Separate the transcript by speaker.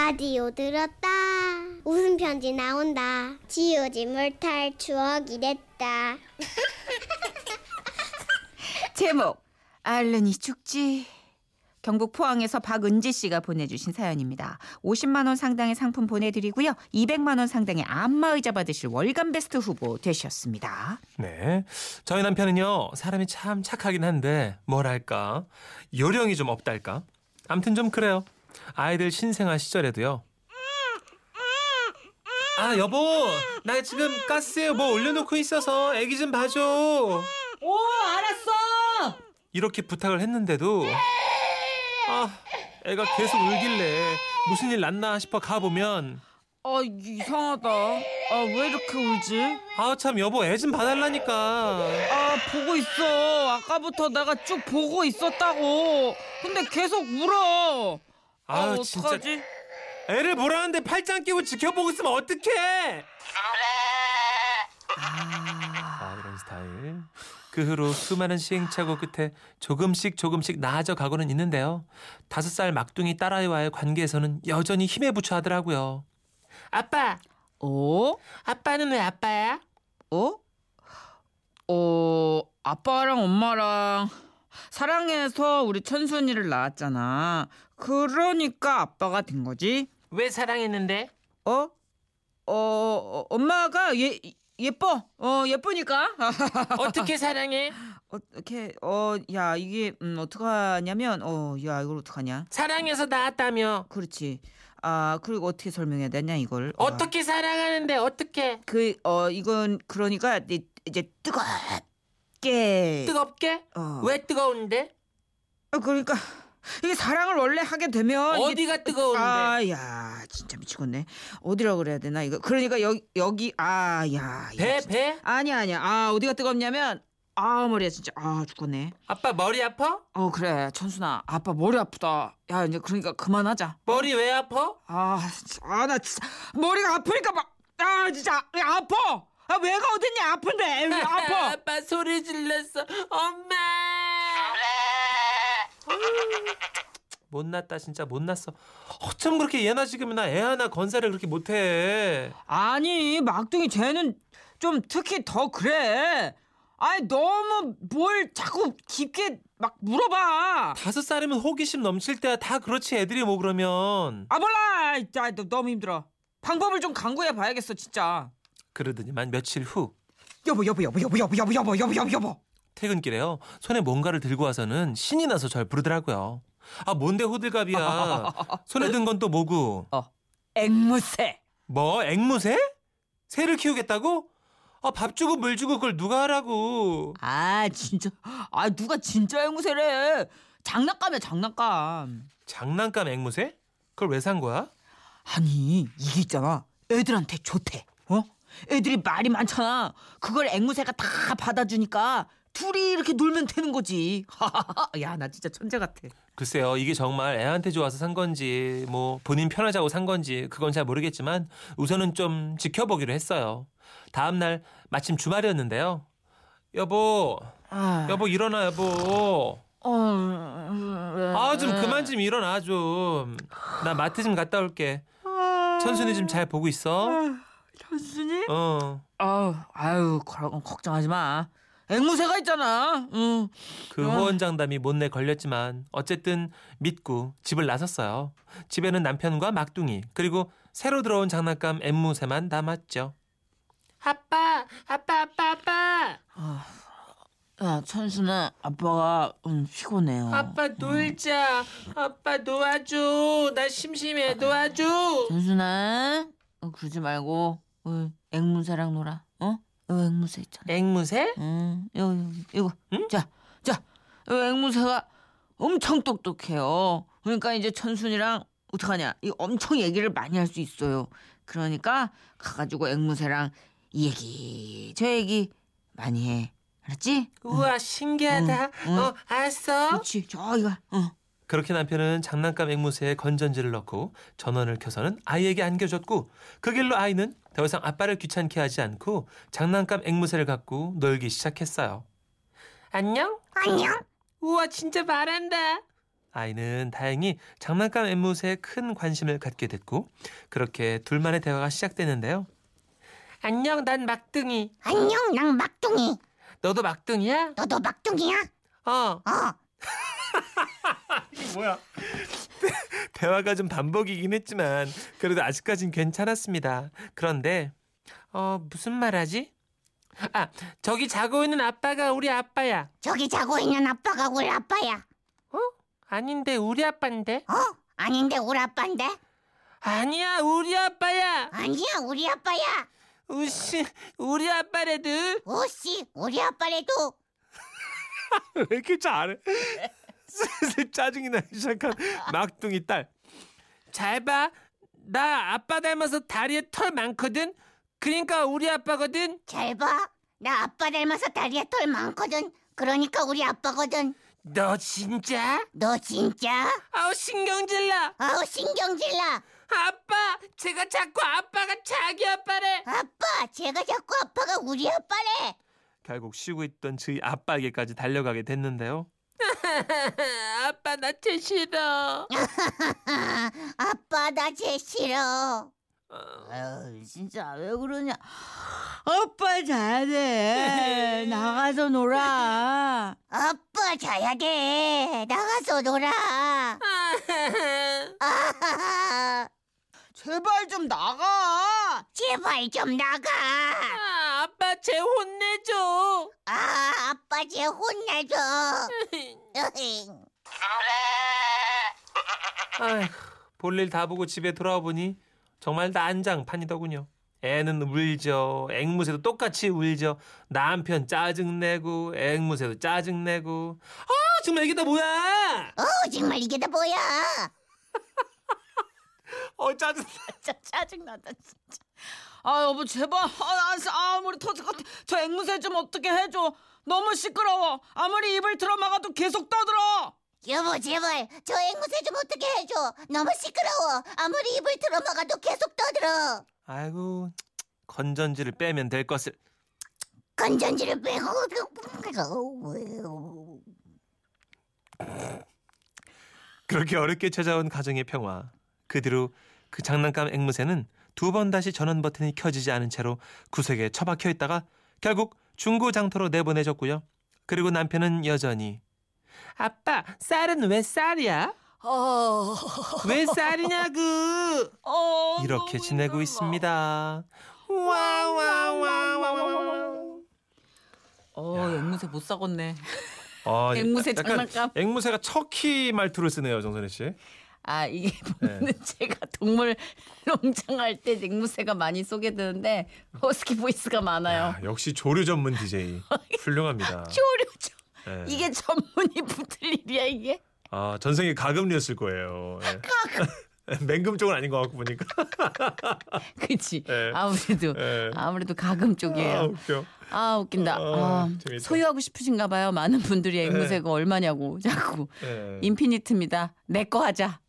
Speaker 1: 라디오 들었다. 웃음 편지 나온다. 지우지 못할 추억이 됐다.
Speaker 2: 제목 알른이 죽지 경북 포항에서 박은지 씨가 보내주신 사연입니다. 50만 원 상당의 상품 보내드리고요. 200만 원 상당의 안마의자 받으실 월간 베스트 후보 되셨습니다.
Speaker 3: 네. 저희 남편은요, 사람이 참 착하긴 한데, 뭐랄까, 요령이 좀 없달까? 암튼 좀 그래요. 아이들 신생아 시절에도요. 아, 여보! 나 지금 가스에 뭐 올려놓고 있어서 애기 좀 봐줘!
Speaker 4: 오 알았어
Speaker 3: 이렇게 부탁을 했는데도, 아, 애가 계속 울길래 무슨 일 났나 싶어 가보면,
Speaker 2: 아 이상하다. 아 왜 이렇게 울지?
Speaker 3: 아, 참, 여보, 애 좀 봐달라니까.
Speaker 4: 아 보고 있어 아까부터 내가 쭉 보고 있었다고 근데 계속 울어
Speaker 3: 아, 진짜. 애를 보라는데 팔짱 끼고 지켜보고 있으면 어떡해! 아, 이런 스타일. 그 후로 수많은 시행착오 끝에 조금씩 조금씩 나아져 가고는 있는데요. 다섯 살 막둥이 딸아이와의 관계에서는 여전히 힘에 부처하더라고요. 아빠,
Speaker 4: 어?
Speaker 3: 아빠는 왜 아빠야?
Speaker 4: 어? 어, 아빠랑 엄마랑 사랑해서 우리 천순이를 낳았잖아. 그러니까 아빠가 된 거지.
Speaker 3: 왜 사랑했는데?
Speaker 4: 어? 어, 어, 엄마가 예 예뻐. 어, 예쁘니까.
Speaker 3: 어떻게 사랑해?
Speaker 4: 어떻게 어, 야, 이게 음 어떡하냐면 어, 야, 이걸 어떡하냐?
Speaker 3: 사랑해서 낳았다며.
Speaker 4: 그렇지. 아, 그리고 어떻게 설명해야 되냐 이걸. 어.
Speaker 3: 어떻게 사랑하는데 어떻게?
Speaker 4: 그 어, 이건 그러니까 이- 이제 뜨겁게
Speaker 3: 뜨겁게?
Speaker 4: 어.
Speaker 3: 왜 뜨거운데?
Speaker 4: 아, 그러니까 이게 사랑을 원래 하게 되면 이게-
Speaker 3: 어디가 뜨거운데?
Speaker 4: 아야 진짜 미치겠네 어디라 고 그래야 되나 이거 그러니까 여기 여기 아야
Speaker 3: 배 배?
Speaker 4: 아니야 아니야 아 어디가 뜨겁냐면 아 머리야 진짜 아 죽겠네
Speaker 3: 아빠 머리 아파?
Speaker 4: 어 그래 천순아 아빠 머리 아프다 야 이제 그러니까 그만하자
Speaker 3: 머리 왜 아파?
Speaker 4: 아아나 진짜 머리가 아프니까 막 아 진짜 야, 아파 아 왜가 어딨냐 아픈데 왜 아파
Speaker 3: 아빠 소리 질렀어. 엄마. 어. 못났다 진짜 못났어. 어쩜 그렇게 얘나 지금이나 애 하나 건사를 그렇게 못해.
Speaker 4: 아니 막둥이 쟤는 좀 특히 더 그래. 아니 너무 뭘 자꾸 깊게 막 물어봐.
Speaker 3: 다섯 살이면 호기심 넘칠 때야 다 그렇지 애들이 뭐 그러면.
Speaker 4: 아 몰라. 아이, 자, 너 너무 힘들어. 방법을 좀 강구해 봐야겠어 진짜.
Speaker 3: 그러더니만 며칠 후
Speaker 4: 여보 여보 여보 여보 여보 여보 여보 여보 여보 여보.
Speaker 3: 퇴근길에요 손에 뭔가를 들고 와서는 신이 나서 절 부르더라고요. 아 뭔데 호들갑이야. 손에 든 건 또 뭐고?
Speaker 4: 앵무새.
Speaker 3: 뭐 앵무새? 새를 키우겠다고? 아 밥 주고 물 주고 그걸 누가 하라고?
Speaker 4: 아 진짜. 아 누가 진짜 앵무새래. 장난감이야 장난감.
Speaker 3: 장난감 앵무새? 그걸 왜 산 거야?
Speaker 4: 아니 이게 있잖아. 애들한테 좋대. 어? 애들이 말이 많잖아. 그걸 앵무새가 다 받아주니까 둘이 이렇게 놀면 되는 거지. 야 나 진짜 천재 같아.
Speaker 3: 글쎄요, 이게 정말 애한테 좋아서 산 건지, 뭐, 본인 편하자고 산 건지, 그건 잘 모르겠지만, 우선은 좀 지켜보기로 했어요. 다음날, 마침 주말이었는데요. 여보,
Speaker 4: 아,
Speaker 3: 여보, 일어나, 여보.
Speaker 4: 어, 음,
Speaker 3: 아, 좀 그만 좀 일어나, 좀. 나 마트 좀 갔다 올게. 천순이 좀 잘 보고 있어.
Speaker 4: 현순이?
Speaker 3: 어.
Speaker 4: 아유, 아유, 그럼 걱정하지 마. 앵무새가 있잖아. 응.
Speaker 3: 그 호언장담이 못내 걸렸지만 어쨌든 믿고 집을 나섰어요. 집에는 남편과 막둥이 그리고 새로 들어온 장난감 앵무새만 남았죠. 아빠, 아빠, 아빠, 아빠,
Speaker 4: 야, 천순아, 아빠가 음, 피곤해요.
Speaker 3: 놀자. 아빠 놓아줘. 나 심심해. 놓아줘.
Speaker 4: 천순아, 어, 그러지 말고 어, 앵무새랑 놀아. 어? 어, 앵무새 있잖아.
Speaker 3: 앵무새?
Speaker 4: 응, 이거, 음, 이거,
Speaker 3: 응?
Speaker 4: 이거. 자, 자, 이 앵무새가 엄청 똑똑해요. 그러니까 이제 천순이랑 어떡하냐. 이 엄청 얘기를 많이 할 수 있어요. 그러니까 가가지고 앵무새랑 이 얘기, 저 얘기 많이 해. 알았지?
Speaker 3: 우와 신기하다.
Speaker 4: 응. 어,
Speaker 3: 알았어.
Speaker 4: 그렇지, 저기가. 응.
Speaker 3: 그렇게 남편은 장난감 앵무새에 건전지를 넣고 전원을 켜서는 아이에게 안겨줬고 그 길로 아이는 더 이상 아빠를 귀찮게 하지 않고 장난감 앵무새를 갖고 놀기 시작했어요. 안녕?
Speaker 1: 안녕.
Speaker 3: 우와 진짜 말한다. 아이는 다행히 장난감 앵무새에 큰 관심을 갖게 됐고 그렇게 둘만의 대화가 시작되는데요. 안녕, 난 막둥이.
Speaker 1: 안녕, 난 막둥이.
Speaker 3: 너도 막둥이야?
Speaker 1: 너도 막둥이야?
Speaker 3: 어.
Speaker 1: 어.
Speaker 3: 이게 뭐야? 대화가 좀 반복이긴 했지만 그래도 아직까진 괜찮았습니다. 그런데 어 무슨 말하지? 아 저기 자고 있는 아빠가 우리 아빠야.
Speaker 1: 저기 자고 있는 아빠가 우리 아빠야.
Speaker 3: 아닌데 우리 아빠인데?
Speaker 1: 어? 아닌데 우리 아빠인데?
Speaker 3: 아니야 우리 아빠야.
Speaker 1: 아니야, 우리 아빠야.
Speaker 3: 우씨 우리 아빠래도 왜
Speaker 1: 오씨, 우리 아빠래도.
Speaker 3: 이렇게 잘해? 슬슬 짜증이 나기 시작한 막둥이 딸. 잘 봐. 나 아빠 닮아서 다리에 털 많거든. 그러니까 우리 아빠거든.
Speaker 1: 잘 봐. 나 아빠 닮아서 다리에 털 많거든. 그러니까 우리 아빠거든.
Speaker 3: 너 진짜?
Speaker 1: 너 진짜?
Speaker 3: 아우 신경질 나.
Speaker 1: 아우 신경질 나.
Speaker 3: 아빠, 제가 자꾸 아빠가 자기 아빠래.
Speaker 1: 아빠, 제가 자꾸 아빠가 우리 아빠래.
Speaker 3: 결국 쉬고 있던 저희 아빠에게까지 달려가게 됐는데요. 아빠 나제 싫어.
Speaker 1: 아, 아빠 나쟤 싫어.
Speaker 4: 아유, 진짜 왜 그러냐. 오빠 자야 돼. 나가서 놀아.
Speaker 1: 아빠 자야 돼. 나가서 놀아. 아하하.
Speaker 4: 제발 좀 나가.
Speaker 1: 제발 좀 나가.
Speaker 3: 아, 아빠 제 혼내줘.
Speaker 1: 아, 아빠 쟤 혼내줘. 으잉.
Speaker 3: 아휴, 볼일 다 보고 집에 돌아와 보니 정말 난장판이더군요. 애는 울죠. 앵무새도 똑같이 울죠. 남편 짜증내고 앵무새도 짜증내고. 아 정말 이게 다 뭐야?
Speaker 1: 어, 정말 이게 다 뭐야?
Speaker 3: 어 짜증.
Speaker 4: 진짜 짜증난다 진짜. 아 여보 제발 아, 나 진짜 아, 머리 터질 것 같아. 저 앵무새 좀 어떻게 해줘. 너무 시끄러워. 아무리 입을 틀어막아도 계속 떠들어.
Speaker 1: 여보 제발 저 앵무새 좀 어떻게 해줘 너무 시끄러워 아무리 입을 틀어막아도 계속 떠들어
Speaker 3: 아이고 건전지를 빼면 될 것을
Speaker 1: 건전지를 빼고
Speaker 3: 그렇게 어렵게 찾아온 가정의 평화 그 뒤로 그 장난감 앵무새는 두 번 다시 전원 버튼이 켜지지 않은 채로 구석에 처박혀 있다가 결국 중고장터로 내보내졌고요 그리고 남편은 여전히 아빠 쌀은 왜 쌀이야?
Speaker 4: 어.
Speaker 3: 왜 쌀이냐고
Speaker 4: 어
Speaker 3: 이렇게
Speaker 4: 너무
Speaker 3: 지내고
Speaker 4: 힘들어.
Speaker 3: 있습니다 와와와와와
Speaker 4: 어 앵무새 못 사겄네.
Speaker 3: 아,
Speaker 4: 앵무새
Speaker 3: 약간
Speaker 4: 장난감.
Speaker 3: 앵무새가 척키 말투를 쓰네요 정선혜 씨 네.
Speaker 4: 아 이게 보면은 제가 동물 농장 할 때 앵무새가 많이 소개되는데 허스키 보이스가 많아요.
Speaker 3: 아, 역시 조류 전문 DJ 훌륭합니다.
Speaker 4: 쪼르죠.
Speaker 3: 예.
Speaker 4: 이게 전문이 붙을 일이야 이게.
Speaker 3: 아, 전생에 가금류였을 거예요. 예. 맹금 쪽은 아닌 것 같고 보니까.
Speaker 4: 그치.
Speaker 3: 예.
Speaker 4: 아무래도
Speaker 3: 예.
Speaker 4: 아무래도 가금
Speaker 3: 아
Speaker 4: 쪽이에요.
Speaker 3: 웃겨.
Speaker 4: 아 웃긴다.
Speaker 3: 아,
Speaker 4: 아,
Speaker 3: 재밌다.
Speaker 4: 소유하고 싶으신가 봐요. 많은 분들이 앵무새가 얼마냐고 자꾸
Speaker 3: 예.
Speaker 4: 인피니트입니다. 내 거 하자.